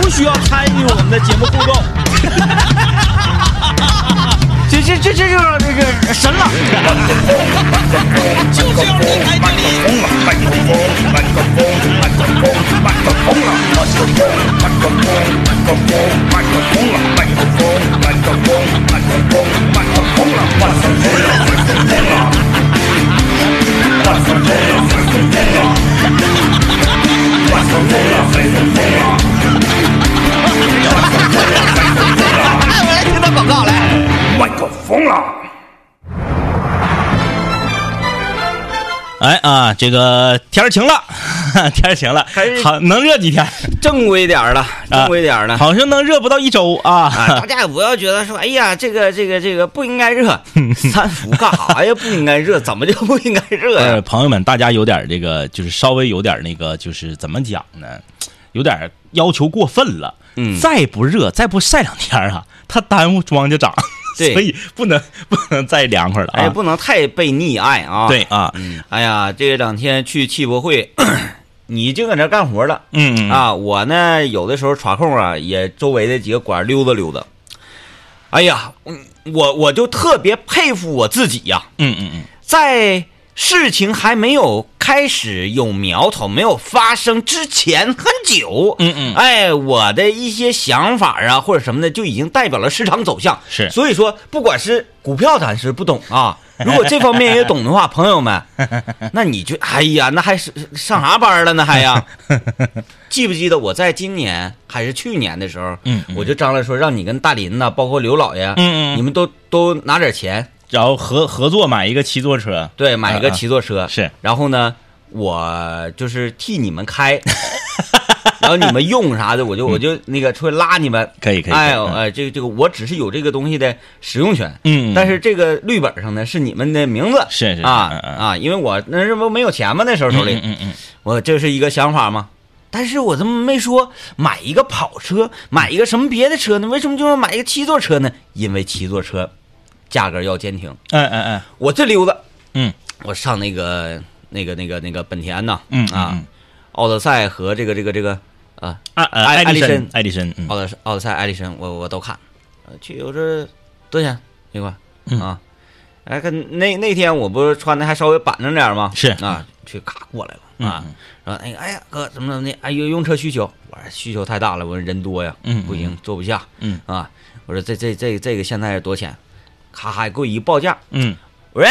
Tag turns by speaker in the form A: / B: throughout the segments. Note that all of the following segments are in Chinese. A: 不需要参与我们的节目互动。
B: 这这这这就是这个神了。
A: 就是要离开这里。
B: 哎，我来听段广告来。
C: 麦克风了。
A: 哎啊，这个天儿晴了， 天儿晴了
D: 始，
A: 好能热几天？啊
D: 正规点儿了，
B: 啊
D: 正规点儿了。
A: 好像能热不到一周
D: 啊，
A: 啊
D: 大。家也不要觉得说，哎呀，这个这个这个不应 该热，三伏干啥呀？不应该热，怎么就不应该热
A: 呃，
B: 哎啊
D: 呀？
A: 朋友们，大家有点这个，就是稍微有点那个，就是怎么讲呢？有点要求过分了。
D: 嗯
A: 再不热，再不晒两天啊， 它耽误庄稼长。
D: 对
A: 所以不能 不能再凉快了啊。
D: 哎，不能太被溺爱啊！
A: 对，啊，
D: 哎呀，这两天去汽博会， 你就搁那干活了
A: 嗯
D: 啊！我呢，有的时候耍空啊，也周围的几个馆溜达溜达。哎呀，嗯我我就特别佩服我自己呀、
A: 嗯嗯嗯，
D: 在事情还没有开始有苗头、没有发生之前很久，
A: 嗯嗯
D: 哎，我的一些想法啊或者什么的，就已经代表了市场走向。
A: 是
D: 所以说，不管是股票，咱是不懂 啊。如果这方面也懂的话，朋友们，那你就哎呀，那还是上啥班了呢？还 呀，记不记得我在今年还是去年的时候，
A: 嗯嗯
D: 我就张罗说让你跟大林呐、包括刘老爷，
A: 嗯嗯
D: 你们都都拿点钱，
A: 然后合合作买一个七座车，
D: 对，买一个
A: 嗯嗯
D: 七座车、
A: 是
D: 然后呢，我就是替你们 开，然后你们用啥的，我就我就那个出去拉你们。
A: 嗯可以可以。
D: 哎
A: 可以
D: 呦，哎，这个这个，我只是有这个东西的使用权，
A: 嗯嗯
D: 但是这个绿本上呢是你们的名字，
A: 是是是
D: 啊
A: 嗯嗯
D: 啊，因为我那这不没有钱嘛，那时候
A: 嗯
D: 手里，
A: 嗯嗯嗯，
D: 我这是一个想法嘛。但是我怎么没说买一个跑车，买一个什么别的车呢？为什么就要买一个七座车呢？因为七座车价格要坚挺。
A: 哎哎哎，
D: 我这溜达，
A: 嗯
D: 我上那个那个那个那个本田呐，
A: 嗯
D: 啊
A: 嗯，
D: 奥德赛和这个这个这个啊，
A: 啊呃
D: 艾
A: 艾
D: 丽哦
A: 丽
D: 绅
A: 绅，艾丽绅，嗯
D: 奥德奥德赛、艾力绅，我我都看，呃去我这多少钱一块
A: 嗯
D: 啊？哎，跟那那天我不是穿的还稍微板正点儿吗？
A: 是
D: 啊，去咔过来了啊
A: 嗯嗯，
D: 然后那个哎呀哥怎么怎么的，哎有用车需求，我说需求太大了，我说人多呀，
A: 嗯
D: 不
A: 嗯
D: 行坐不下，
A: 嗯
D: 啊，我说这这这这个现在多少钱？咔还给我一报价，
A: 嗯
D: 喂，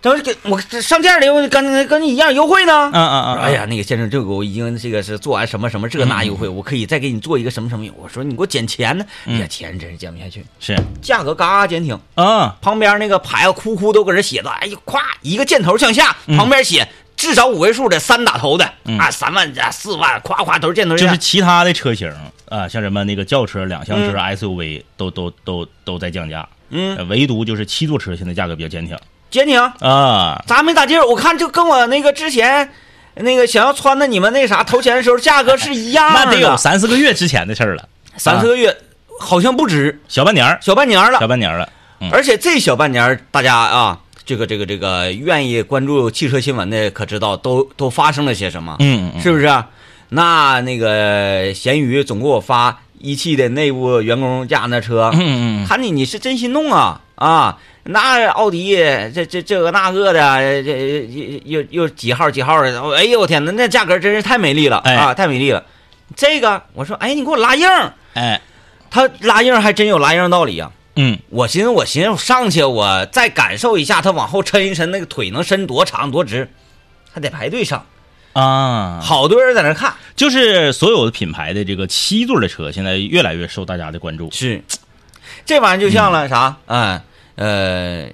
D: 等会儿给我这上店里，我跟跟你一样优惠呢。
A: 啊啊嗯啊，
D: 哎呀，那个先生，这个我已经这个是做完什么什么这那优惠，我可以再给你做一个什么什么。我说你给我减钱呢，哎
A: 嗯
D: 呀，钱真是减不下去，
A: 是
D: 价格嘎减挺。
A: 啊，
D: 旁边那个牌子哭哭都搁这写着，哎呀，咵一个箭头向下，旁边写至少五位数的三打头的
A: 嗯
D: 啊，三万啊四万，咵咵都是箭头
A: 就
D: 向下。
A: 是其他的车型啊，像什么那个轿车、两厢车、SUV 都都都都在降价，
D: 嗯，
A: 呃唯独就是七座车现在价格比较坚挺
D: 减挺，
A: 啊，
D: 咋没咋劲儿？我看就跟我那个之前那个想要穿的你们那啥投钱的时候价格是一样的，
A: 那得有三四个月之前的事儿了，
D: 三四个月，好像不止
A: 小半年儿，
D: 小半年儿了
A: 小。半年儿了，嗯
D: 而且这小半年儿，大家啊，这个这个这个愿意关注汽车新闻的，可知道都都发生了些什么？
A: 嗯嗯
D: 是不是啊？那那个咸鱼总给我发一汽的内部员工驾那车，
A: 嗯嗯嗯
D: 看你你是真心弄啊啊！那奥迪这这这个那个的，这这又又又几号几号的，哎呦我天哪，那价格真是太美丽了、
A: 哎
D: 啊，太美丽了！这个我说，哎，你给我拉硬儿，
A: 哎
D: 他拉硬儿还真有拉硬儿道理呀、
A: 嗯
D: 我寻思，我寻思，我上去我再感受一下，他往后抻一抻，那个腿能伸多长多直，还得排队上，
A: 啊，
D: 好多人在那看。
A: 就是所有的品牌的这个七座的车，现在越来越受大家的关注。
D: 是，这玩意儿就像了啥？嗯，呃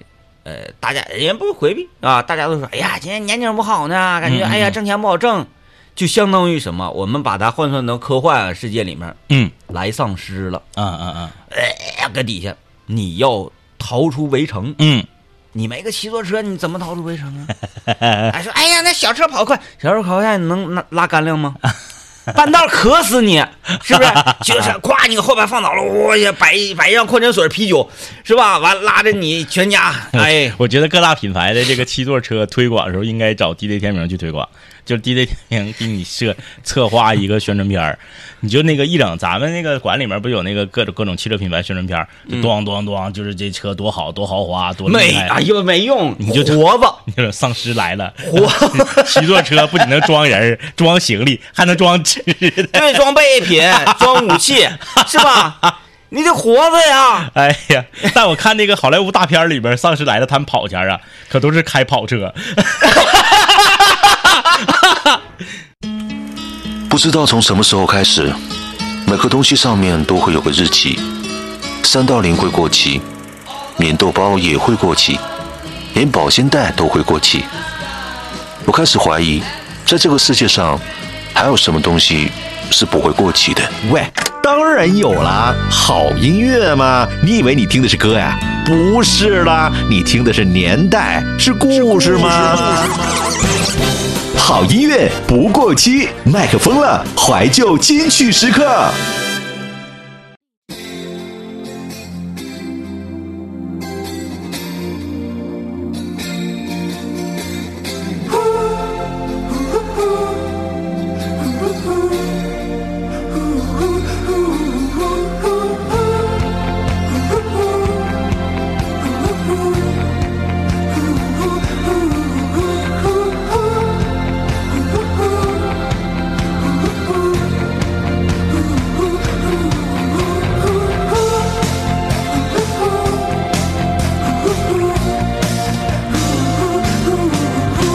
D: 呃，大家人不回避啊，大家都说，哎呀，今年年景不好呢，感觉
A: 嗯嗯
D: 哎呀
A: 嗯
D: 挣钱不好挣，就相当于什么？我们把它换算到科幻世界里面，
A: 嗯
D: 来丧尸了，
A: 啊啊啊，
D: 哎呀，搁底下你要逃出围城，
A: 嗯
D: 你没个七座车，你怎么逃出围城啊？ 还说，哎呀，那小车跑快，小车跑快，你能拉拉干粮吗？ 半道渴死你，是 不是？就是咵，你后边放倒了，我呀，摆一摆一样矿泉水、啤酒，是吧？完拉着你全 家，哎，
A: 我觉得各大品牌的这个七座车推广的时候，应该找地雷天明去推广，就是 DJ 天明给你设策划一个宣传片儿， 你就那个一整，咱们那个馆里面不有那个各种各种汽车品牌宣传片儿，就咣咣咣，就是这车多好多豪华多
D: 没
A: 厉害
D: 哎呦没用，
A: 你就
D: 活 吧。
A: 你说丧尸来了， 骑坐车不仅能装人儿、 装行李，还能装吃的。
D: 对，装备 品，装武器，是吧？你得活着呀！
A: 哎呀！但我看那个好莱坞大片儿里边，丧尸来了，他们跑前儿啊，可都是开跑车。
C: 不知道从什么时候开始，每个东西上面都会有个日期，三道零会过期，棉豆包也会过期，连保鲜袋都会过期。我开始怀疑，在这个世界上，还有什么东西是不会过期的？
E: 喂，当然有啦，好音乐嘛！你以为你听的是歌呀？不是啦，你听的是年代，是故事嘛。好音乐不过期，麦克风了，怀旧金曲时刻。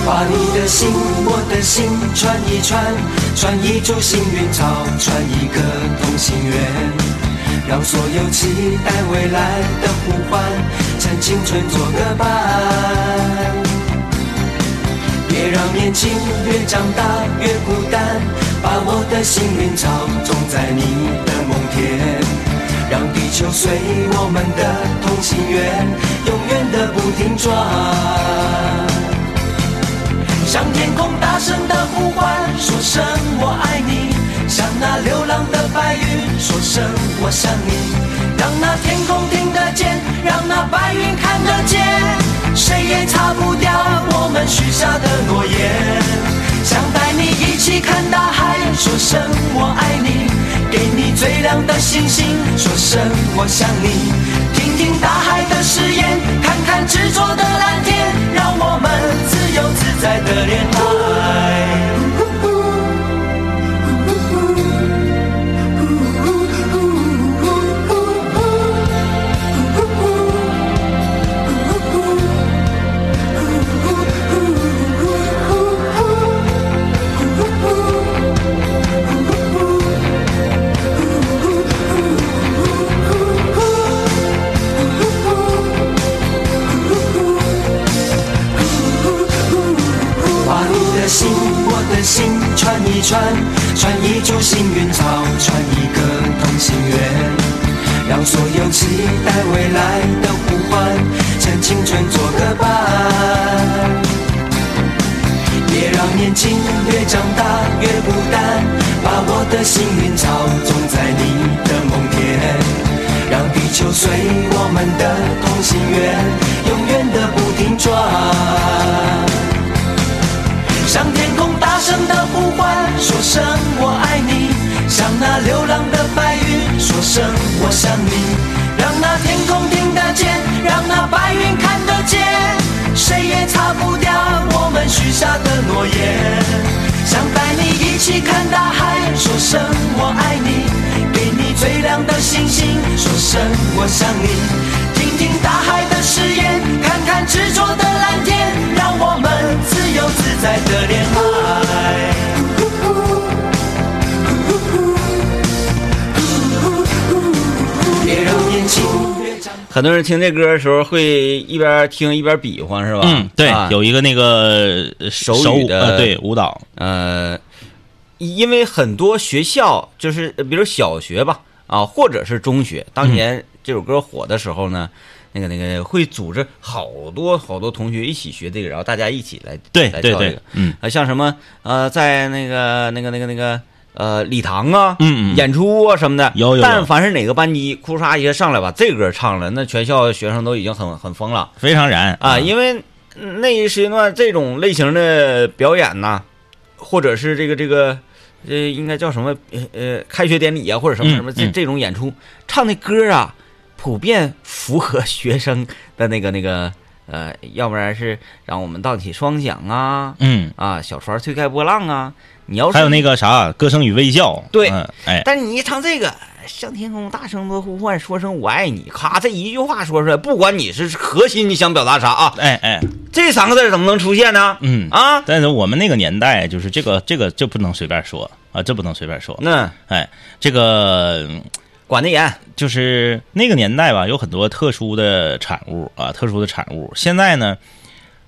F: 把你的心，我的心串一串，串一株幸运草，串一个同心圆，让所有期待未来的呼唤，趁青春做个伴。别让年轻越长大越孤单，把我的幸运草种在你的梦田，让地球随我们的同心圆，永远的不停转。向天空大声的呼唤，说声我爱你；向那流浪的白云，说声我想你。让那天空听得见，让那白云看得见，谁也擦不掉我们许下的诺言。想带你一起看大海，说声我爱你；给你最亮的星星，说声我想你。听听大海的誓言，看看执着的蓝天，让我们自由自在的恋爱。把你的心，我的心串一串，串一株幸运草，串一个同心圆，让所有期待未来的呼唤，趁青春做个伴。别让年轻越长大越孤单，把我的幸运草种在你的梦田，让地球随我们的同心圆，永远的不停转。向天空大声的呼唤，说声我爱你；向那流浪的白云，说声我想你。让那天空听得见，让那白云看得见，谁也擦不掉我们许下的诺言。想带你一起看大海，说声我爱你；给你最亮的星星，说声我想你。听听大海的誓言，看看执着的蓝天，让我们自由自在的恋爱。别让年轻越长。
D: 很多人听这歌的时候会一边听一边比划，是吧？
A: 嗯，对
D: 啊，
A: 有一个那个呃手
D: 手语的
A: 呃对舞蹈，
D: 呃，因为很多学校就是，呃比如小学吧，啊，或者是中学，
A: 嗯
D: 当年这首歌火的时候呢，那个那个会组织好多好多同学一起学这个，然后大家一起来
A: 对
D: 来
A: 对
D: 跳这
A: 对
D: 个，
A: 嗯，
D: 啊，像什么呃，在那个那个那个那个呃礼堂啊，
A: 嗯嗯
D: 演出啊什么的，
A: 有有有
D: 但凡是哪个班级，库嚓一下上来把这歌唱了，那全校学生都已经很很疯了啊
A: 非常燃
D: 啊，因为那一时间段这种类型的表演呐，或者是这个这个呃，应该叫什么呃呃，开学典礼啊，或者什么什么、
A: 嗯
D: 这
A: 嗯
D: 这种演出唱的歌啊，普遍符合 学生的那个那个呃，要不然是让我们荡起双桨啊，
A: 嗯，
D: 啊，小船推开波浪啊，你要是
A: 还有那个啥，歌声与微笑，
D: 对
A: 嗯，哎，
D: 但是你一唱这个，向天空大声的呼唤，说声我爱你，咔，这一句话说出来，不管你是核心你想表达啥啊，
A: 哎哎，
D: 这三个字怎么能出现呢？
A: 嗯
D: 啊，
A: 但是我们那个年代，就是这个这个这不能随便说啊，这不能随便说，
D: 那
A: 哎，这个嗯
D: 管得严，
A: 就是那个年代吧，有很多特殊的产物啊，特殊的产物。现在呢，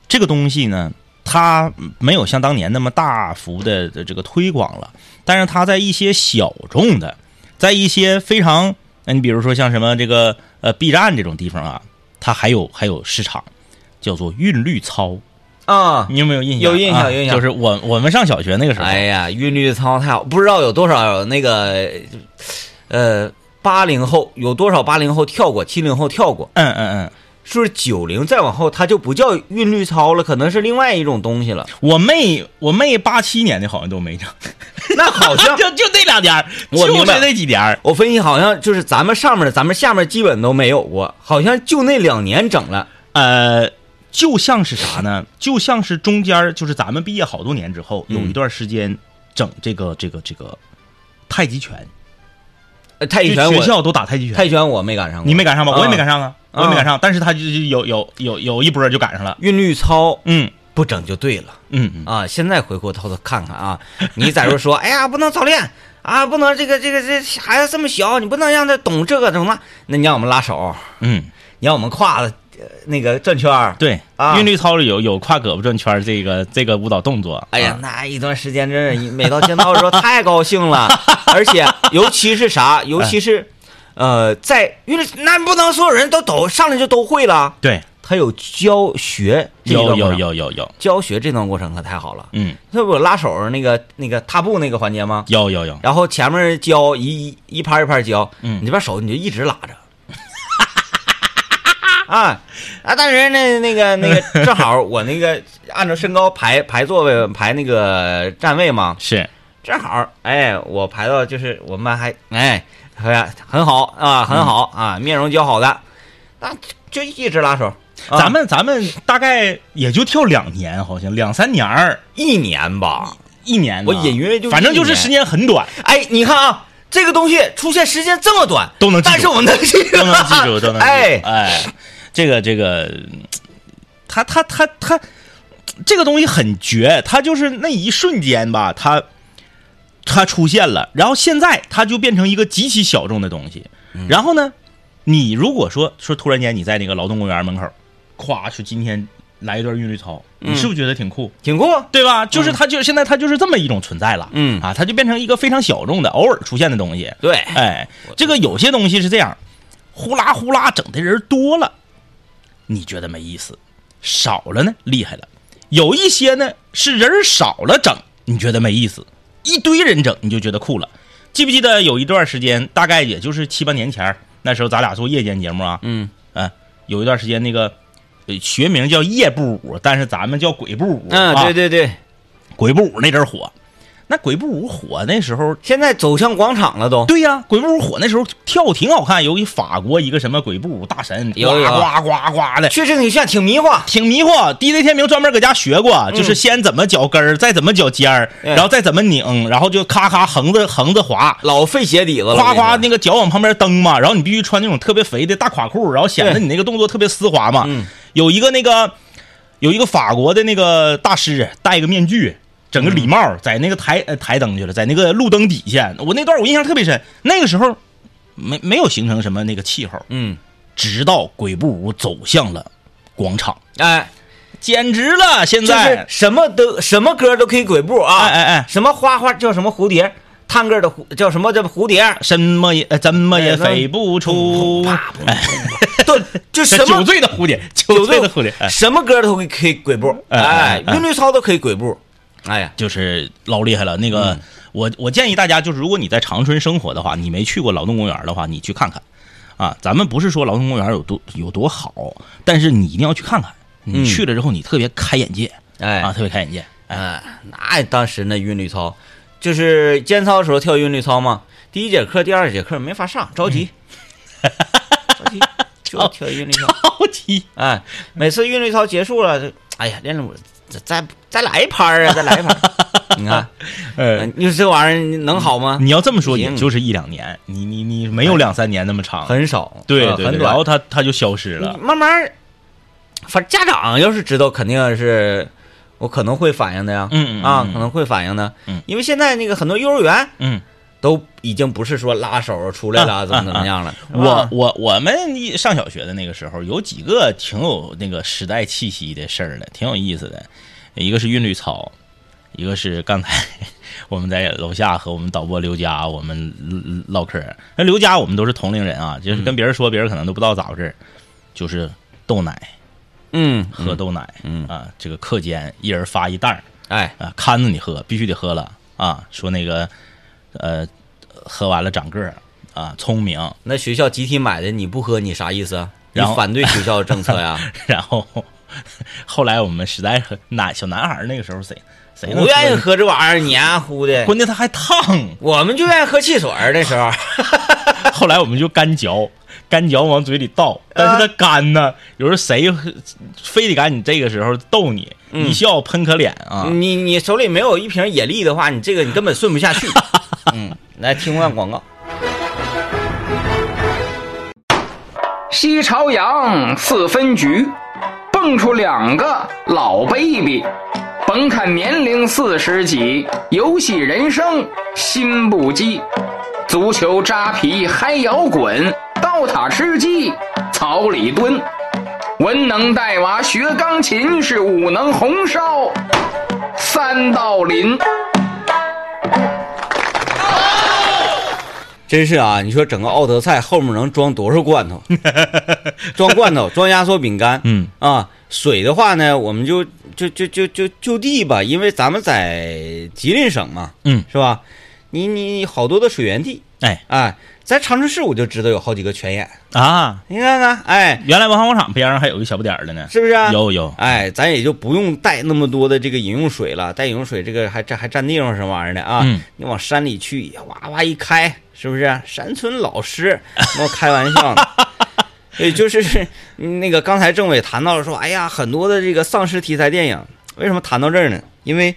A: 这个东西呢，它没有像当年那么大幅的这个推广了，但是它在一些小众的，在一些非常，那你比如说像什么这个呃 B 站这种地方啊，它还有还有市场，叫做韵律操，
D: 啊、
A: 你有没有印象？
D: 有印象
A: 啊
D: 有印象
A: 就是我我们上小学那个时候，
D: 哎呀，韵律操太好，不知道有多少那个，呃，八零后有多少八零后跳过，七零后跳过，
A: 嗯嗯嗯，
D: 是不是九零再往后它就不叫韵律操了，可能是另外一种东西了。
A: 我妹我妹八七年的好像都没整。
D: 那好像
A: 就就那两点儿，
D: 我
A: 就
D: 明白
A: 是那几点儿。
D: 我分析好像就是咱们上面的，咱们下面基本都没有过，好像就那两年整了。
A: 呃，就像是啥呢？就像是中间儿就是咱们毕业好多年之后，有一段时间整这个这个这个太极拳，
D: 呃太
A: 就
D: 极拳
A: 学
D: 我
A: 校都打哎太极拳，
D: 太极拳我没赶上过，
A: 你没赶上吧？
D: 啊
A: 我也没赶上啊，
D: 啊
A: 我也没赶上。但是他就就有有有有一波就赶上了，
D: 韵律操
A: 嗯
D: 不整就对了
A: 嗯嗯，
D: 啊！现在回过头头看看啊， 你在这说，哎呀，不能早恋啊，不能这个这个这孩子这么小，你不能让他懂这个懂那，那你让我们拉手，
A: 嗯，
D: 你让我们胯子呃那个转圈儿
A: 对，
D: 啊
A: 韵律操里有有跨胳膊转圈儿这个这个舞蹈动作。
D: 哎呀，
A: 啊，
D: 那一段时间真是每到见到 的时候太高兴了，而且尤其是啥，
A: 嗯
D: 尤其是，呃，在因为那不能所有人都都上来就都会了，
A: 对，
D: 他有教学这一段
A: 有
D: 过程
A: 有有有有，
D: 教学这段过程可太好了，
A: 嗯，
D: 那不有拉手那个那个踏步那个环节吗？
A: 有有有，
D: 然后前面教一一一拍一拍教，
A: 嗯
D: 你这边手你就一直拉着。 啊啊！但是呢，那个那 个，正好我那个按照身高排排座位排那个站位嘛，
A: 是，
D: 正好哎，我排到就是我们班还哎，哎呀很好啊，很好、
A: 嗯
D: 啊，面容姣好的，那就一直拉手。啊
A: 咱们咱们大概也就跳两年，好像两三年儿。
D: 一年吧，
A: 一年呢，
D: 我隐约就
A: 反正就是
D: 一年
A: 时间 很短，
D: 哎，你看啊，这个东西出现时间这么短，
A: 都能记住
D: 但是我们能记住，
A: 都能记住，都能记住。
D: 哎，
A: 哎，这个这个，嗯他他他他，这个东西很绝，他就是那一瞬间吧，他他出现了，然后现在它就变成一个极其小众的东西。
D: 嗯
A: 然后呢，你如果说说突然间你在那个劳动公园门口，咵说今天来一段韵律操，
D: 嗯
A: 你是不是觉得挺酷？
D: 挺酷。啊
A: 对吧？就是它就现在它就是这么一种存在了，
D: 嗯
A: 啊，它就变成一个非常小众的、偶尔出现的东西。
D: 对
A: 哎，这个有些东西是这样，呼啦呼啦整的人多了，你觉得没意思；少了呢，厉害了。有一些呢是人少了整，你觉得没意思；一堆人整，你就觉得酷了。记不记得有一段时间，大概也就是七八年前儿，那时候咱俩做夜间节目啊，
D: 嗯，
A: 啊，有一段时间那个呃学名叫夜步舞，但是咱们叫鬼步舞。
D: 嗯，
A: 啊
D: 对对对，
A: 鬼步舞那阵儿火，那鬼步舞火那时候，
D: 现在走向广场了都。
A: 对呀、鬼步舞火那时候跳舞挺好看，有一法国一个什么鬼步舞大神，呱
D: 有有
A: 呱呱呱的。
D: 确实挺像，挺迷惑。
A: 挺迷惑，DJ 天明专门搁家学过，就是先怎么绞根儿，再怎么绞尖儿，
D: 嗯哎
A: 然后再怎么拧，然后就咔咔横着横着滑，
D: 老费鞋底子了，
A: 夸
D: 我
A: 夸
D: 跟你
A: 那个脚往旁边蹬嘛，然后你必须穿那种特别肥的大垮裤，然后显得
D: 对
A: 你那个动作特别丝滑嘛。
D: 嗯
A: 有一个那个有一个法国的那个大师戴个面具，整个礼
D: 嗯
A: 帽，在那个台呃台灯去了，在那个路灯底下，我那段我印象特别深。那个时候没没有形成什么那个气候，
D: 嗯，
A: 直到鬼步舞走向了广场，
D: 哎，
A: 简直了！现
D: 就是
A: 在
D: 什么都什么歌都可以鬼步啊，
A: 哎哎哎
D: 什么花花叫什么蝴蝶，探个的蝴叫什么叫蝴蝶，
A: 什么也呃怎么也
D: 哎那
A: 飞不出，哎，
D: 对，就什
A: 这酒
D: 么
A: 醉的蝴蝶，酒
D: 酒
A: 醉的蝴蝶，哎。
D: 什么歌都可以可以鬼步，
A: 哎
D: 哎
A: 哎，哎
D: 韵律操都可以鬼步，哎呀，
A: 就是老厉害了。
D: 嗯
A: 那个，我我建议大家，就是如果你在长春生活的话，你没去过劳动公园的话，你去看看。啊，咱们不是说劳动公园有多有多好，但是你一定要去看看。你去了之后，你特别开眼界、
D: 嗯哎
A: 啊，特别开眼界。
D: 嗯，那当时那韵律操，就是间操的时候跳韵律操嘛。第一节课、第二节课没法上，着急，
A: 嗯
D: 着急就跳韵律操。
A: 着急，
D: 哎，每次韵律操结束了，就哎呀，练了我再再再来一拍儿啊，再来一拍儿。你 看，
A: 呃，
D: 你说这玩意儿能好吗？
A: 你要这么说，也
D: 行
A: 就是一两年，你你你没有两三年那么长，
D: 很少，
A: 对
D: 呃
A: 对
D: 很
A: 对，然
D: 短
A: 后。他他就消失了
D: 你，慢慢儿，反正家长要是知道，肯定是我可能会反应的呀，
A: 嗯嗯
D: 啊，
A: 嗯
D: 可能会反应的，
A: 嗯
D: 因为现在那个很多幼儿园
A: 嗯。
D: 都已经不是说拉手出来
A: 啊
D: 了，怎么怎么样了，是吧
A: 我我我们一上小学的那个时候，有几个挺有那个时代气息的事儿的，挺有意思的。一个是韵律操，一个是刚才 我们在楼下和我们导播刘佳我们嗯唠嗑儿。那刘佳我们都是同龄人啊，就是跟别人说，别人可能都不知道咋回事儿，就是豆奶
D: 嗯，
A: 喝豆奶，
D: 嗯
A: 啊，这个课间一人发一袋儿
D: 哎，
A: 啊，看着你喝，必须得喝了啊。说那个呃，喝完了长个儿啊，聪明。
D: 那学校集体买的你不喝你啥意思啊？你
A: 然后
D: 反对学校的政策 呀？
A: 然后后来我们实在是男小男孩儿那个时候谁谁能
D: 不愿意
A: 呢，
D: 喝这玩意儿，黏糊的。
A: 关键他还烫。
D: 我们就愿意喝汽水儿，那时 候
A: 后来我们就干嚼，干嚼往嘴里倒，
D: 嗯
A: 但是他干呢。有时候谁非得赶你这个时候逗你，
D: 嗯
A: 一笑喷可脸啊。
D: 你你手里没有一瓶野力的话，你这个你根本顺不下去。嗯，来听段广告。
G: 西朝阳四分局，蹦出两个老 baby，甭看年龄四十几，游戏人生心不羁，足球扎皮嗨摇滚，刀塔吃鸡草里蹲，文能带娃学钢琴，是武能红烧三道林。
D: 真是啊！你说整个奥德赛后面能装多少罐 头？装罐头，装压缩饼干，
A: 嗯
D: 啊，水的话呢，我们就就就就就就地吧，因为咱们在吉林省嘛，
A: 嗯，
D: 是吧？你你你好多的水源地，
A: 哎
D: 哎，在长春市我就知道有好几个泉眼，
A: 啊，
D: 你看看，哎，
A: 原来文化广场边上还有一个小不点儿的呢，
D: 是不是啊
A: 有有，
D: 哎，咱也就不用带那么多的这个饮用水了，带饮用水这个还占还占地方什么玩意儿的啊？
A: 嗯
D: 你往山里去，哇哇一开，是不是？山村老师，跟我开玩笑呢。 也就是嗯那个刚才政委谈到了说，哎呀，很多的这个丧尸题材电影，为什么谈到这儿呢？因为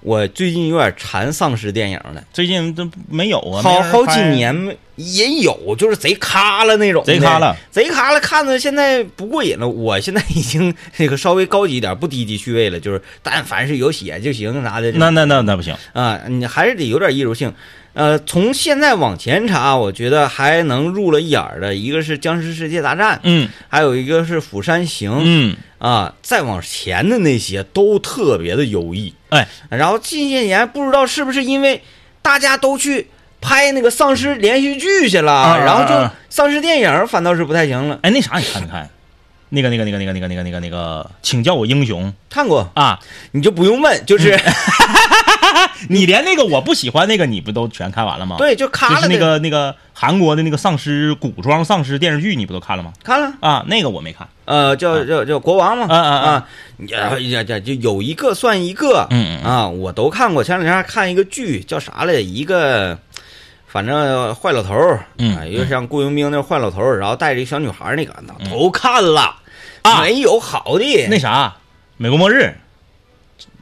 D: 我最近有点馋丧尸电影了，
A: 最近都没有啊，没
D: 好
A: 人
D: 好几
A: 拍
D: 年没也有，就是贼咖了那种的，
A: 贼咖了
D: 贼咖了，看着现在不过瘾了。我现在已经 那个稍微高级一点，不低级趣味了，就是但凡是有血就行啥的。
A: 那那那那不行，
D: 啊、你还是得有点艺术性。呃，从现在往前查，我觉得还能入了眼儿的，一个是《僵尸世界大战》，
A: 嗯
D: 还有一个是《釜山行》
A: 嗯，
D: 啊，再往前的那些都特别的有意。
A: 哎，
D: 然后近些年不知道是不是因为大家都去拍那个丧尸连续剧去了，
A: 啊
D: 然后
A: 啊
D: 就
A: 啊
D: 丧尸电影反倒是不太行了。
A: 哎，那啥你看没看？那个那个那个那个那个那个那个那个，请叫我英雄
D: 看过嗯
A: 啊！
D: 你就不用问，就是、
A: 你连那个我不喜欢那个你不都全看完了吗？，
D: 对，就
A: 就
D: 卡
A: 是
D: 了
A: 那
D: 的
A: 个那个韩国的那个丧尸古装丧尸电视剧，你不都看了吗？
D: 看了，
A: 啊，那个我没看。
D: 呃，叫叫叫国王嘛，
A: 啊啊啊
D: 啊，呀呀呀，就有一个算一个，
A: 嗯嗯
D: 啊，我都看过。前两天还看一个剧叫啥来着？一个。反正坏老头儿，
A: 嗯嗯
D: 啊，又像雇佣兵那坏老头儿，然后带着一个小女孩儿那个，那都看了，
A: 啊
D: 没有好的，
A: 那啥，美国末日，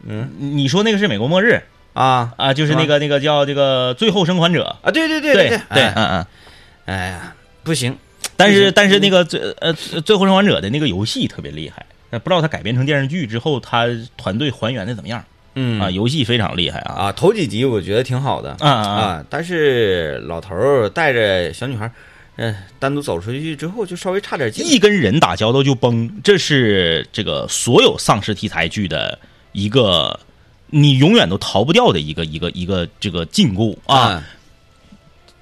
D: 嗯，
A: 你说那个是美国末日
D: 啊
A: 啊？就是那个那个叫这个最后生还者。
D: 啊，对对对
A: 对
D: 对哎
A: 嗯嗯。
D: 哎呀，不行，
A: 但
D: 不
A: 是
D: 行
A: 但是那个最呃最后生还者的那个游戏特别厉害，呃不知道它改编成电视剧之后，它团队还原的怎么样
D: 嗯
A: 啊？游戏非常厉害啊！
D: 啊，头几集我觉得挺好的
A: 啊啊
D: 啊，但是老头儿带着小女孩儿，嗯，单独走出去之后就稍微差点劲，
A: 一跟人打交道就崩，这是这个所有丧尸题材剧的一个你永远都逃不掉的一个一个一个这个禁锢啊。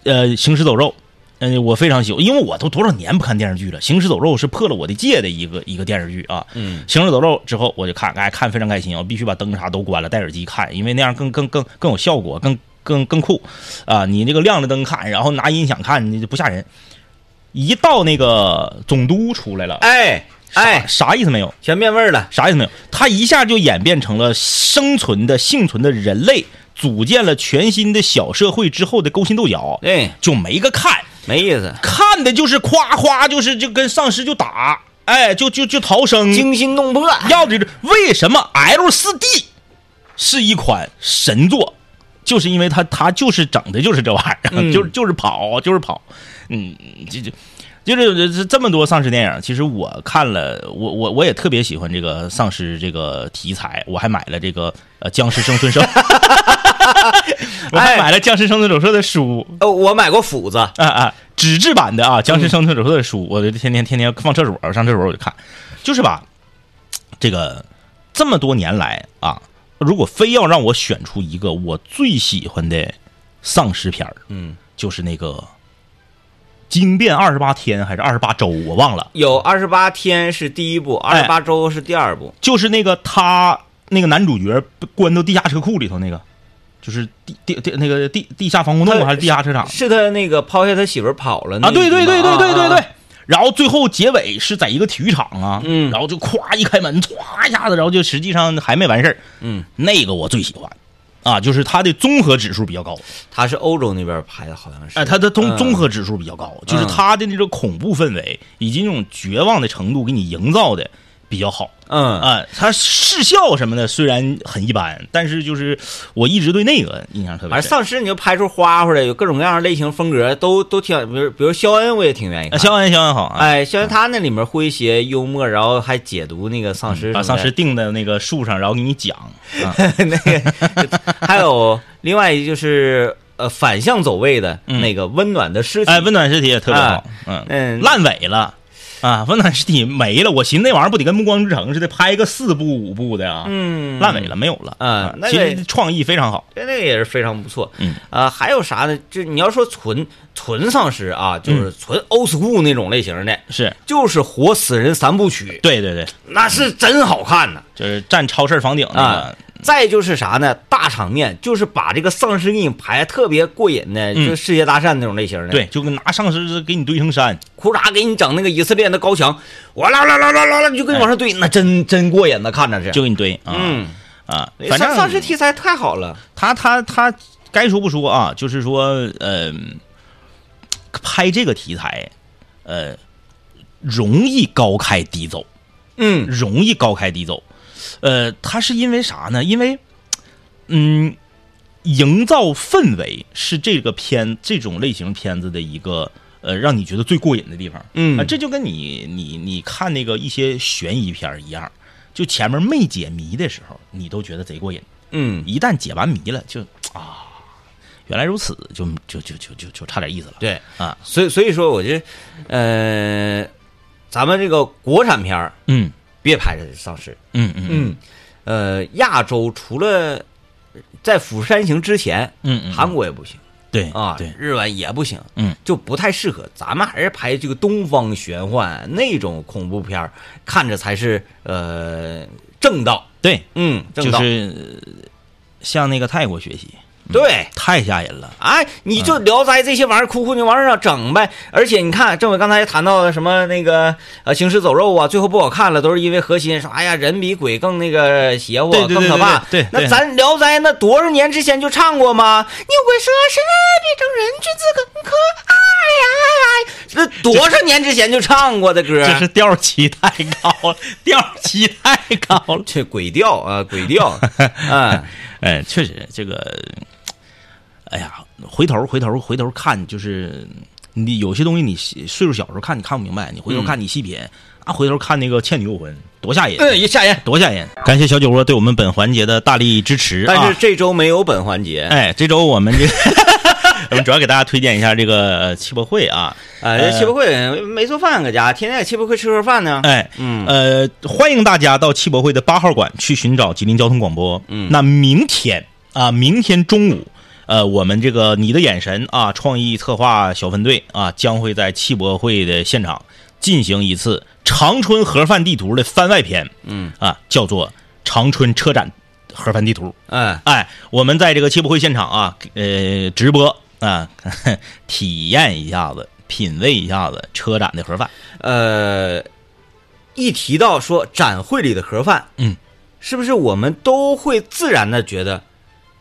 A: 呃，行尸走肉，嗯、我非常喜欢，因为我都多少年不看电视剧了，行尸走肉是破了我的戒的一个一个电视剧啊。
D: 嗯，
A: 行尸走肉之后我就看，哎，看非常开心，我必须把灯啥都关了，戴耳机看，因为那样更更更更有效果，更更更酷啊！你这个亮着灯看，然后拿音响看，你就不吓人。一到那个总督出来了，
D: 哎，
A: 啥
D: 哎
A: 啥意思没有，
D: 全变味儿了。
A: 啥意思没有，它一下就演变成了生存的幸存的人类组建了全新的小社会之后的勾心斗角，
D: 对，
A: 就哎没个看，
D: 没意思，
A: 看的就是夸夸，就是就跟丧尸就打，哎，就就就逃生，
D: 惊心动魄。
A: 要的为什么 L 四 D 是一款神作，就是因为它它就是整的就是这玩意儿， 就是就是跑就是跑，嗯，这这。就是这这么多丧尸电影，其实我看了，我我我也特别喜欢这个丧尸这个题材，我还买了这个呃僵尸生存手， 我还买了僵尸生存手册的书，
D: 哦，我买过斧子，
A: 啊啊，纸质版的啊，
D: 嗯
A: 《僵尸生存手册》的书，我就天天天天放厕所，上厕所我就看，就是吧，这个这么多年来啊，如果非要让我选出一个我最喜欢的丧尸片儿，
D: 嗯，
A: 就是那个《惊变二十八天》还是二十八周，我忘了，
D: 有二十八天是第一部，二
A: 哎
D: 十八周是第二部。
A: 就是那个他那个男主角被关到地下车库里头那个，就是地地地那个地地下防空洞
D: 他
A: 还是地下车场？
D: 是他那个抛下他媳妇儿跑了那
A: 啊，对对对对对对
D: 啊啊
A: 对。然后最后结尾是在一个体育场啊，
D: 嗯
A: 然后就咵一开门，唰一下子，然后就实际上还没完事儿，
D: 嗯，
A: 那个我最喜欢，啊，就是它的综合指数比较高，
D: 他是欧洲那边拍的，好像是。
A: 哎，它的综
D: 嗯
A: 综合指数比较高，就是它的那种恐怖氛围以及那种绝望的程度给你营造的比较好，
D: 嗯，
A: 啊，它视效什么的虽然很一般，但是就是我一直对那个印象特别
D: 反正
A: 深。
D: 丧尸你就拍出花花来，有各种各样的类型风格，都都挺，比如比如肖恩我也挺愿意
A: 啊
D: 看。
A: 肖恩，肖恩好啊，
D: 哎，肖恩他那里面诙谐幽默，然后还解读那个丧尸什么的，
A: 把嗯啊丧尸钉在那个树上，然后给你讲啊，
D: 那个，还有另外一就是呃反向走位的
A: 嗯
D: 那个温暖的尸体，
A: 哎，温暖尸体也特别好，嗯
D: 嗯
A: 烂尾了啊，温暖尸体没了，我寻思那玩意儿不得跟《暮光之城》似的，拍个四部五部的啊，
D: 嗯
A: 烂尾了，没有了啊
D: 嗯那
A: 其
D: 个
A: 实创意非常好，
D: 对，那个也是非常不错。
A: 嗯，
D: 啊，还有啥呢？就你要说纯纯丧尸啊，就是
A: 嗯
D: 纯 old school 那种类型的，
A: 是
D: 就是《活死人三部曲》，
A: 对对对，
D: 那是真好看呐、
A: 就是站超市房顶那
D: 啊
A: 个，！
D: 再就是啥呢？大场面，就是把这个丧尸给你排特别过瘾的，
A: 嗯
D: 就世界大战那种类型的。
A: 对，，就跟拿丧尸给你堆成山，
D: 库嚓给你整那个以色列的高墙，哇啦啦啦啦啦啦，你就跟你往上堆，那真真过瘾的，看着是。
A: 就给你堆啊，
D: 嗯，
A: 啊，反正
D: 丧丧尸题材太好了。
A: 他他他该说不说啊，就是说，呃，拍这个题材，呃，容易高开低走。
D: 嗯
A: 容易高开低走。呃，它是因为啥呢？因为，嗯，营造氛围是这个片这种类型片子的一个呃，让你觉得最过瘾的地方。
D: 嗯
A: 啊，这就跟你你你看那个一些悬疑片儿一样，就前面没解谜的时候，你都觉得贼过瘾。
D: 嗯，
A: 一旦解完谜了，就啊，原来如此，就就就就就就差点意思了。
D: 对
A: 啊，
D: 所以所以说，我觉得，呃，咱们这个国产片儿
A: 嗯
D: 别拍这丧尸。
A: 嗯嗯
D: 嗯，呃，亚洲除了在《釜山行》之前，
A: 嗯嗯，
D: 韩国也不行
A: 对
D: 啊，
A: 对，
D: 日本也不行，
A: 嗯，
D: 就不太适合。咱们还是拍这个东方玄幻那种恐怖片儿，看着才是呃正道。
A: 对，
D: 嗯，正
A: 就
D: 道。
A: 是呃向那个泰国学习，
D: 对，
A: 太吓人了。
D: 哎，你就《聊斋》这些玩意儿，哭哭你往上整呗。而且你看，政委刚才也谈到了什么那个呃行尸走肉啊，最后不好看了，都是因为核心说，哎呀，人比鬼更那个邪乎啊，
A: 对对对
D: 更可怕。
A: 对对对
D: 那咱《聊斋》那多少年之前就唱过吗？牛鬼蛇神变成人，君子更可哎爱呀、这多少年之前就唱过的歌？啊
A: 这是调儿期太高了，调儿期太高 了。
D: 这鬼调啊，鬼 调，嗯，
A: 哎，确实这个，哎呀，回头回头回头看，就是你有些东西你细岁数小时候看你看不明白，你回头看你细品、啊，回头看那个《倩女幽魂》多吓人，
D: 嗯，一吓人。
A: 多吓人！感谢小酒窝对我们本环节的大力支持啊。
D: 但是这周没有本环节，
A: 哎，这周我们这个， 我们主要给大家推荐一下这个呃汽博会啊，
D: 啊，这气不会没做饭，搁家天天在气不会吃盒饭呢。
A: 哎，
D: 嗯
A: 呃，欢迎大家到汽博会的八号馆去寻找吉林交通广播。嗯，那明天啊，明天中午。呃，我们这个你的眼神啊，创意策划小分队啊，将会在汽博会的现场进行一次长春盒饭地图的番外篇，嗯啊，叫做《长春车展盒饭地图》。
D: 嗯，
A: 哎，我们在这个汽博会现场啊，呃，直播啊， 呵呵体验一下子，品味一下子车展的盒饭。
D: 呃，一提到说展会里的盒饭，
A: 嗯，
D: 是不是我们都会自然的觉得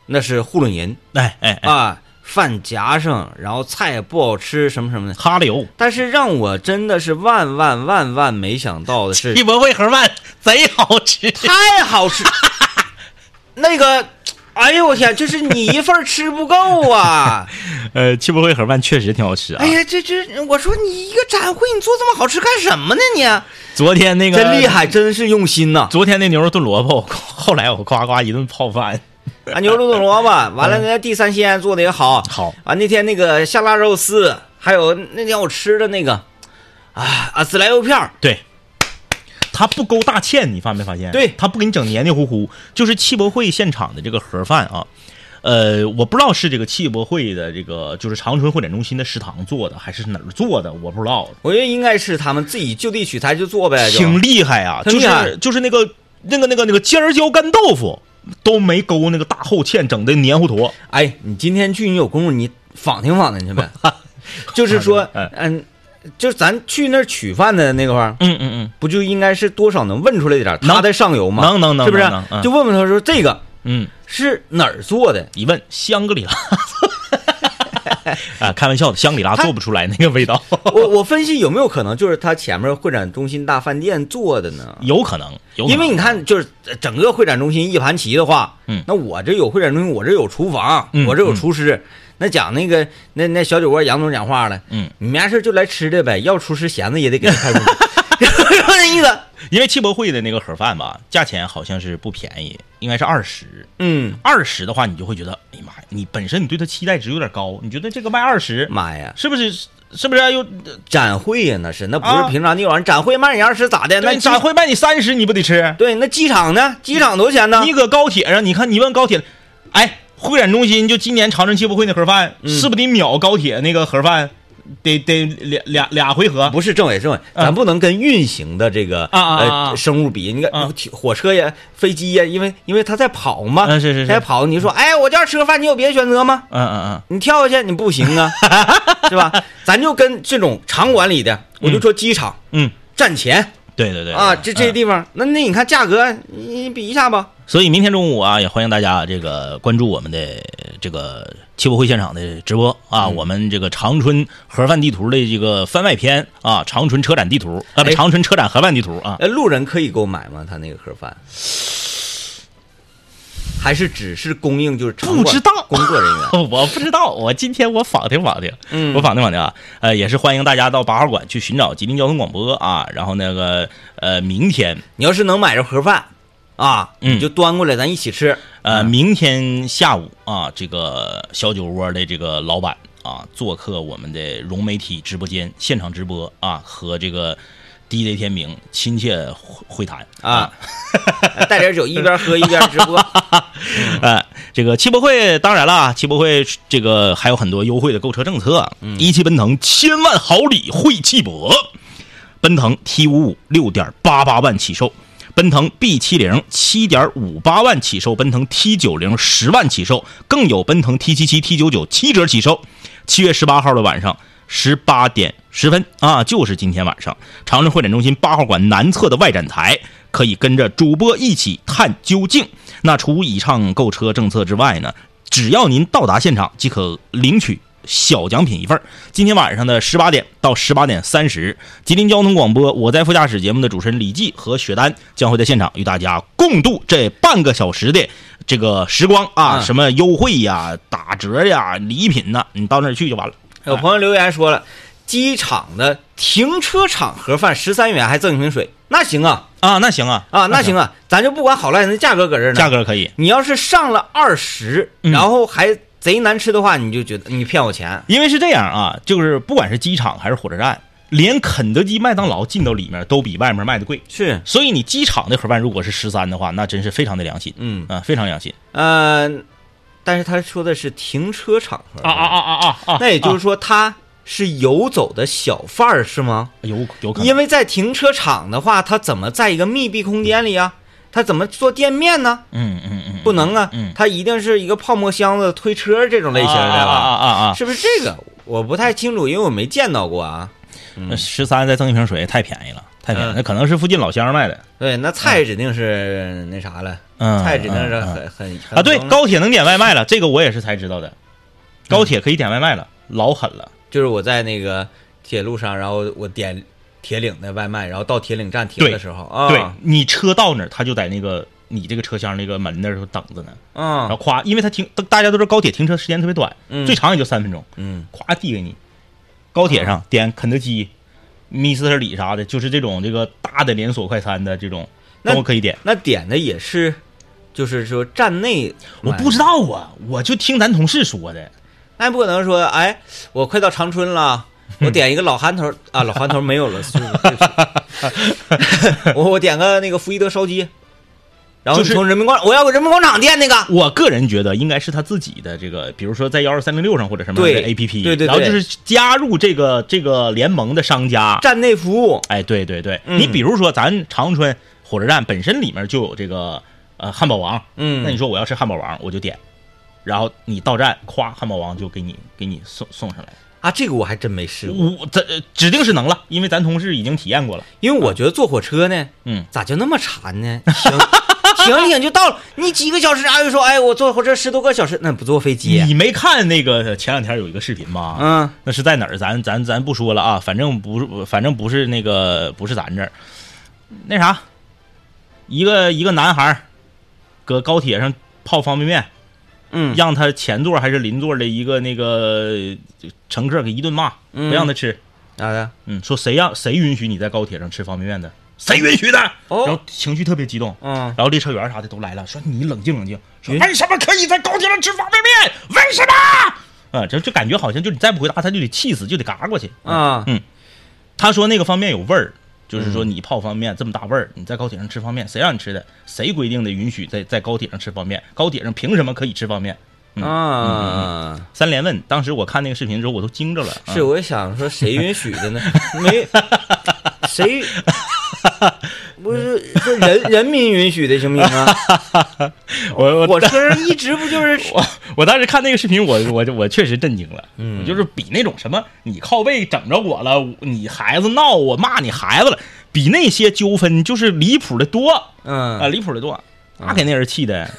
D: 那是糊弄人
A: 哎哎哎，
D: 啊？饭夹上，然后菜也不好吃，什么什么的。
A: 哈流，
D: 但是让我真的是万万万万没想到的是
A: 世，博会盒饭贼好吃，
D: 太好吃。 那个，哎呦我天，就是你一份儿吃不够 啊！
A: 呃，世博会盒饭确实挺好吃啊
D: 哎。呀，这这，我说你一个展会，你做这么好吃干什么呢你？
A: 昨天那个
D: 真厉，害，真是用心呐！
A: 昨天那牛肉炖萝卜，后来我 呱呱一顿泡饭，
D: 啊，牛肉炖萝卜，完了人家地三鲜做的也好，
A: 好
D: 啊，那天那个下拉肉丝，还有那天我吃的那个，啊啊，孜然肉片儿
A: 对。他不勾大芡，你发没发现？
D: 对
A: 他不给你整黏黏糊糊，就是汽博会现场的这个盒饭啊。呃，我不知道是这个汽博会的这个就是长春会展中心的食堂做的，还是哪儿做的，我不知道。
D: 我觉得应该是他们自己就地取材就做哎呗，就
A: 挺厉害啊，
D: 挺
A: 就
D: 厉害
A: 是就是那个那个那个那个尖儿椒干豆腐都没勾那个大厚芡，整的黏糊坨。
D: 哎，你今天去你有功夫，你访听访听去呗。 就是说，
A: 哎
D: 嗯，就是咱去那儿取饭的那块儿，
A: 嗯嗯
D: 不就应该是多少能问出来一点儿
A: 能
D: 他的上游吗？
A: 能能能
D: 是不是
A: 能能？嗯
D: 就问问他说这个
A: 嗯嗯，
D: 是哪儿做的？
A: 一问香格里拉。啊，开玩笑的，香格里拉
D: 他
A: 做不出来那个味道，
D: 我 我分析有没有可能就是他前面会展中心大饭店做的呢？
A: 有可能，有可能
D: 因为你，看，就是整个会展中心一盘棋的话，
A: 嗯
D: 那我这有会展中心，我这有厨房，
A: 嗯
D: 我这有厨师。那讲那个那那小酒窝杨总讲话了，
A: 嗯
D: 你没啥事就来吃的呗，要厨师闲着也得给他开 工资，是不是这意思？
A: 因为汽博会的那个盒饭吧，价钱好像是不便宜，应该是二十。
D: 嗯，
A: 二十的话，你就会觉得，哎呀妈呀，你本身你对它期待值有点高，你觉得这个卖二十，
D: 妈呀，
A: 是不是？是不是又
D: 展会呀、那是那不是
A: 啊
D: 平常地方，展会卖你二十咋的？那
A: 那
D: 机
A: 咋会卖你三十？你不得吃？
D: 对那机场呢？机场多少钱呢？
A: 你搁高铁上，你看你问高铁，哎，会展中心就今年长春汽博会那盒饭，
D: 嗯
A: 是不是得秒高铁那个盒饭，得得俩俩俩回合？
D: 不是政委，政委，
A: 啊
D: 咱不能跟运行的这个
A: 啊啊啊
D: 呃生物比。你看
A: 啊
D: 火车呀、飞机呀，因为因为它在跑嘛，
A: 嗯是是是
D: 在跑。你说，哎，我就要吃个饭，你有别的选择吗？
A: 嗯嗯
D: 你跳下去你不 行啊，是吧？咱就跟这种场馆里的，我就说机场、
A: 嗯嗯，
D: 站前
A: 对对对
D: 啊，这这些
A: 嗯
D: 地方，那那你看价格，你你比一下吧。
A: 所以明天中午啊，也欢迎大家这个关注我们的这个汽博会现场的直播啊，
D: 嗯
A: 我们这个长春盒饭地图的这个番外篇啊，长春车展地图啊，不，
D: 哎
A: 长春车展盒饭地图啊，
D: 呃，路人可以购买吗？他那个盒 饭，还是只是供应就是场馆
A: 不知道？
D: 工作人员
A: 我不知道，我今天我访听访听，
D: 嗯
A: 我访听访听啊，呃，也是欢迎大家到八号馆去寻找吉林交通广播啊，然后那个呃，明天
D: 你要是能买着盒饭啊，
A: 嗯
D: 你就端过来，咱一起吃。
A: 呃，明天下午啊，这个小酒窝的这个老板啊，做客我们的融媒体直播间现场直播啊，和这个 DJ 天明亲切会会谈
D: 啊， 带点酒，一边喝一边直 播。
A: 啊呃，这个汽博会当然了，啊汽博会这个还有很多优惠的购车政策。一汽奔腾千万豪礼惠汽博，奔腾 T 五五六点八八万起售，奔腾 B 七零七点五八万起售，奔腾 T 九零十万起售，更有奔腾 T 七七 T 九九七折起售。七月十八号的晚上。十八点十分啊，就是今天晚上，长春会展中心八号馆南侧的外展台，可以跟着主播一起探究竟。那除以上购车政策之外呢，只要您到达现场即可领取。小奖品一份儿今天晚上的十八点到十八点三十，吉林交通广播《我在副驾驶》节目的主持人李记和雪丹将会在现场与大家共度这半个小时的这个时光啊！
D: 嗯
A: 什么优惠呀、打折呀、礼品呐、你到那儿去就完了。
D: 有朋友留言说了，机场的停车场盒饭十三元还赠一瓶水，那行啊
A: 啊，那行啊，
D: 啊，那行啊，咱就不管好赖，那价格搁这儿呢。
A: 价，格可以。
D: 你要是上了二十，
A: 嗯
D: 然后还贼难吃的话，你就觉得你骗我钱。
A: 因为是这样啊，就是不管是机场还是火车站，连肯德基、麦当劳进到里面都比外面卖的贵。
D: 是，
A: 所以你机场的盒饭如果是十三的话，那真是非常的良心，
D: 嗯
A: 啊，非常良心
D: 呃，但是他说的是停车场盒饭，
A: 啊啊啊
D: 那也就是说他是游走的小贩儿是吗？
A: 有有可能，
D: 因
A: 为
D: 为在停车场的话，它怎么在一个密闭空间里啊？它怎么做店面呢？
A: 嗯嗯嗯，
D: 不能啊
A: 嗯，
D: 它一定是一个泡沫箱子、推车这种类型
A: 啊
D: 的
A: 啊啊啊
D: 是不是这个？我不太清楚，因为我没见到过啊。
A: 啊！十三再赠一瓶水太便宜了，太便宜
D: 嗯，
A: 那可能是附近老乡卖的
D: 对，那菜指定是那啥了，
A: 嗯
D: 菜指定是
A: 嗯嗯
D: 很很很嗯
A: 啊。对，
D: 浓
A: 高铁能点外卖了，这个我也是才知道的，高铁可以点外卖了，老狠了。
D: 就是我在那个铁路上，然后我点铁岭的外卖，然后到铁岭站停
A: 对
D: 的时候啊，
A: 对你车到那儿，他就在那个你这个车厢那个门那儿就等着呢，然后
D: 嗯
A: 夸，因为他停，大大家都知道高铁停车时间特别短，
D: 嗯
A: 最长也就三分钟，
D: 嗯
A: 夸递给你。高铁上点肯德基、密斯特里啥的，就是这种这个大的连锁快餐的这种
D: 那
A: 都可以点。
D: 那点的也是，就是说站内，
A: 我不知，道啊，我就听咱同事说的，
D: 那也不可能说，哎，我快到长春了。我点一个老韩头啊，老韩头没有 了，是对不起 我我点个那个福一德烧鸡，然后
A: 就是
D: 从人民广场，我要个人民广场店那个，
A: 我个人觉得应该是他自己的这个，比如说在幺二三零六上或者什么样的
D: 对
A: APP，
D: 对对对
A: 然后就是加入这个这个联盟的商家，
D: 站内服务，
A: 哎，对对对，
D: 嗯
A: 你比如说咱长春火车站本身里面就有这个呃汉堡王，
D: 嗯
A: 那你说我要吃汉堡王，我就点，然后你到站，夸汉堡王就给你给你送送上来，
D: 啊，这个我还真没试过，
A: 我这呃指定是能了，因为咱同事已经体验过了，
D: 因为我觉得坐火车呢，
A: 嗯，
D: 咋就那么馋呢？停停停就到了，你几个小时？阿姨说，哎，我坐火车十多个小时，那不坐飞机？
A: 你没看那个前两天有一个视频吗？
D: 嗯，
A: 那是在哪儿？咱咱咱不说了啊，反正不是，反正不是那个，不是咱这儿。那啥，一个一个男孩儿搁高铁上泡方便面，
D: 嗯
A: 让他前座还是邻座的一个那个呃乘客给一顿骂，
D: 嗯
A: 不让他吃，
D: 咋的？
A: 嗯，说谁让谁允许你在高铁上吃方便面的？谁允许的？
D: 哦
A: 然后情绪特别激动，
D: 嗯
A: 然后列车员啥的都来了，说你冷静冷静，说为什么可以在高铁上吃方便面？为什么？啊，就就感觉好像就你再不回答，他就得气死，就得嘎过去。
D: 啊，
A: 嗯他说那个方便有味儿，就是
D: 嗯
A: 说你泡方便面这么大味儿，你在高铁上吃方便，谁让你吃的？谁规定的允许在在高铁上吃方便？高铁上凭什么可以吃方便？嗯
D: 啊，
A: 三连问，当时我看那个视频之后，我都惊着了。啊
D: 是，我也想说谁允许的呢？没，谁不是说人人民允许的行不行啊？
A: 我 我
D: 我车上一直不就是
A: 我我当时看那个视频，我我我确实震惊了。嗯，就是比那种什么你靠背整着我了，你孩子闹我骂你孩子了，比那些纠纷就是离谱的多啊、
D: 嗯，
A: 离谱的多。那给那人 气的，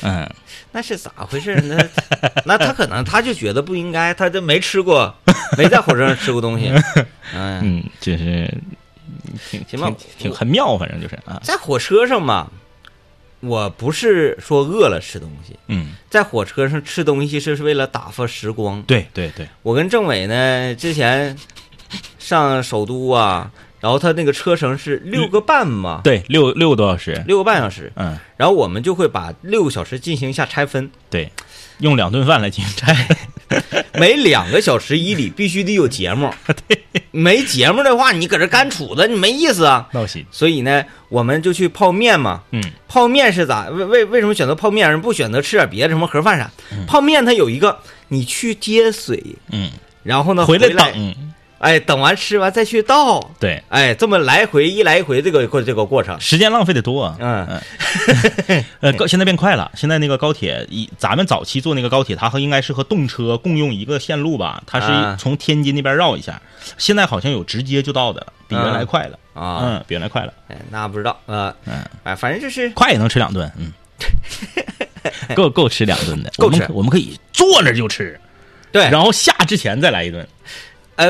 A: 嗯，
D: 那是咋回事？那那他可能他就觉得不应该，他就没吃过，没在火车上吃过 东西。哎，
A: 嗯，就是挺
D: 行吧
A: 挺挺很妙，反正就是啊，
D: 在火车上嘛，我不是说饿了吃东西，
A: 嗯，
D: 在火车上吃东西是为了打发时光。
A: 对对对，
D: 我跟政委呢，之前上首都啊，然后他那个车程是六个半嘛，
A: 对六六个多小时，
D: 六个半小时，
A: 嗯，
D: 然后我们就会把六个小时进行一下拆分，
A: 对，用两顿饭来进行拆，
D: 每两个小时以里必须得有节 目，没节目的话，你搁这干杵子，你没意思啊。
A: 闹心，
D: 所以呢，我们就去泡面嘛。
A: 嗯，
D: 泡面是咋？为为为什么选择泡面，而不选择吃点别的，什么盒饭啥？泡面它有一个，你去接水，
A: 嗯，
D: 然后呢
A: 回
D: 来
A: 来等，
D: 哎，等完吃完再去倒，
A: 对，
D: 哎，这么来回一来一回这个过这个过程，
A: 时间浪费的多啊，
D: 嗯
A: 呃，高现在变快了，现在那个高铁以咱们早期坐那个高铁，它和应该是和动车共用一个线路吧，它
D: 啊
A: 是从天津那边绕一下，现在好像有直接就到的了，比原来快了，
D: 嗯啊，
A: 嗯，比原来快了，
D: 哎那不知道啊，
A: 嗯
D: 哎，反正就是
A: 快也能吃两顿， 嗯，够够吃两顿的，
D: 够吃
A: 我们我们可以坐那儿就吃，
D: 对，
A: 然后下之前再来一顿，
D: 哎，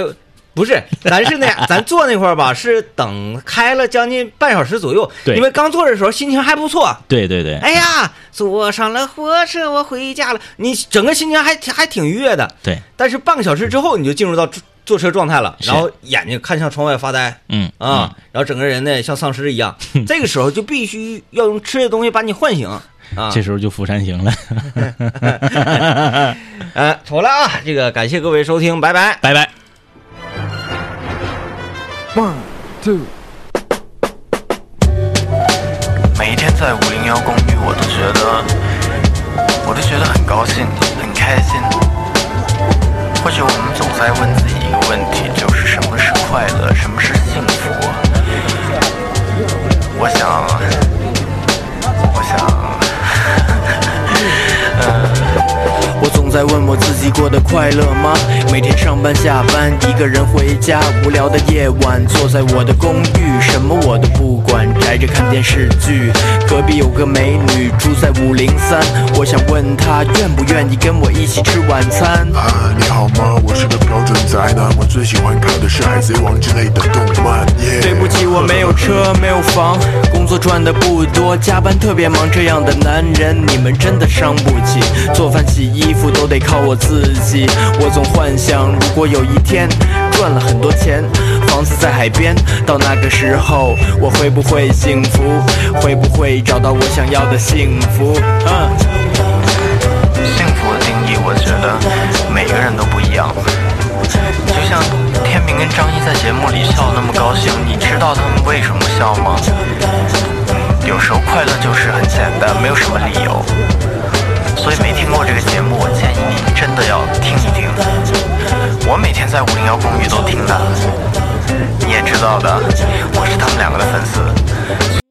D: 不是，咱是那样， 咱坐那块儿吧，是等开了将近半小时左右，
A: 对
D: 因为刚坐的时候心情还不错，
A: 对对对
D: 哎呀，坐上了火车，我回家了，你整个心情还挺还挺愉悦的，
A: 对，
D: 但是半个小时之后你就进入到坐坐车状态了，
A: 是
D: 然后眼睛看向窗外发呆。
A: 嗯
D: 啊，然后整个人呢像丧尸一 样，这个时候就必须要用吃的东西把你唤醒啊！
A: 这时候就《釜 山行》了，
D: 呃，妥了啊，这个感谢各位收听，拜拜。
A: 拜拜。
H: 每一天在五零幺公寓，我都觉得，我都觉得很高兴，很开心。或许我们总在问自己一个问题，就是什么是快乐，什么是幸福？我想，我想。
I: 我总在问我自己过得快乐吗？每每天上班下班，一个人回家，无聊的夜晚，坐在我的公寓，什么我都不管，宅着看电视剧。隔壁有个美女住在五零三，我想问她愿不愿意跟我一起吃晚餐。
J: 啊，你好吗？我是个标准宅男，我最喜欢看的是《海贼王》之类的动漫。耶
I: 对不起，我没有车，没有房，工作赚的不多，加班特别忙。这样的男人，你们真的伤不起。做饭、洗衣服都得靠我自己。我总幻想，如果有一天赚了很多钱，房子在海边，到那个时候，我会不会幸福？会不会找到我想要的幸福？嗯。
H: 幸福的定义，我觉得每个人都不一样。就像天明跟张一在节目里笑得那么高兴，你知道他们为什么笑吗？有时候快乐就是很简单，没有什么理由。所以没听过这个节目，我建议你真的要听一听。我每天在五零幺公寓都听的，你也知道的，我是他们两个的粉丝。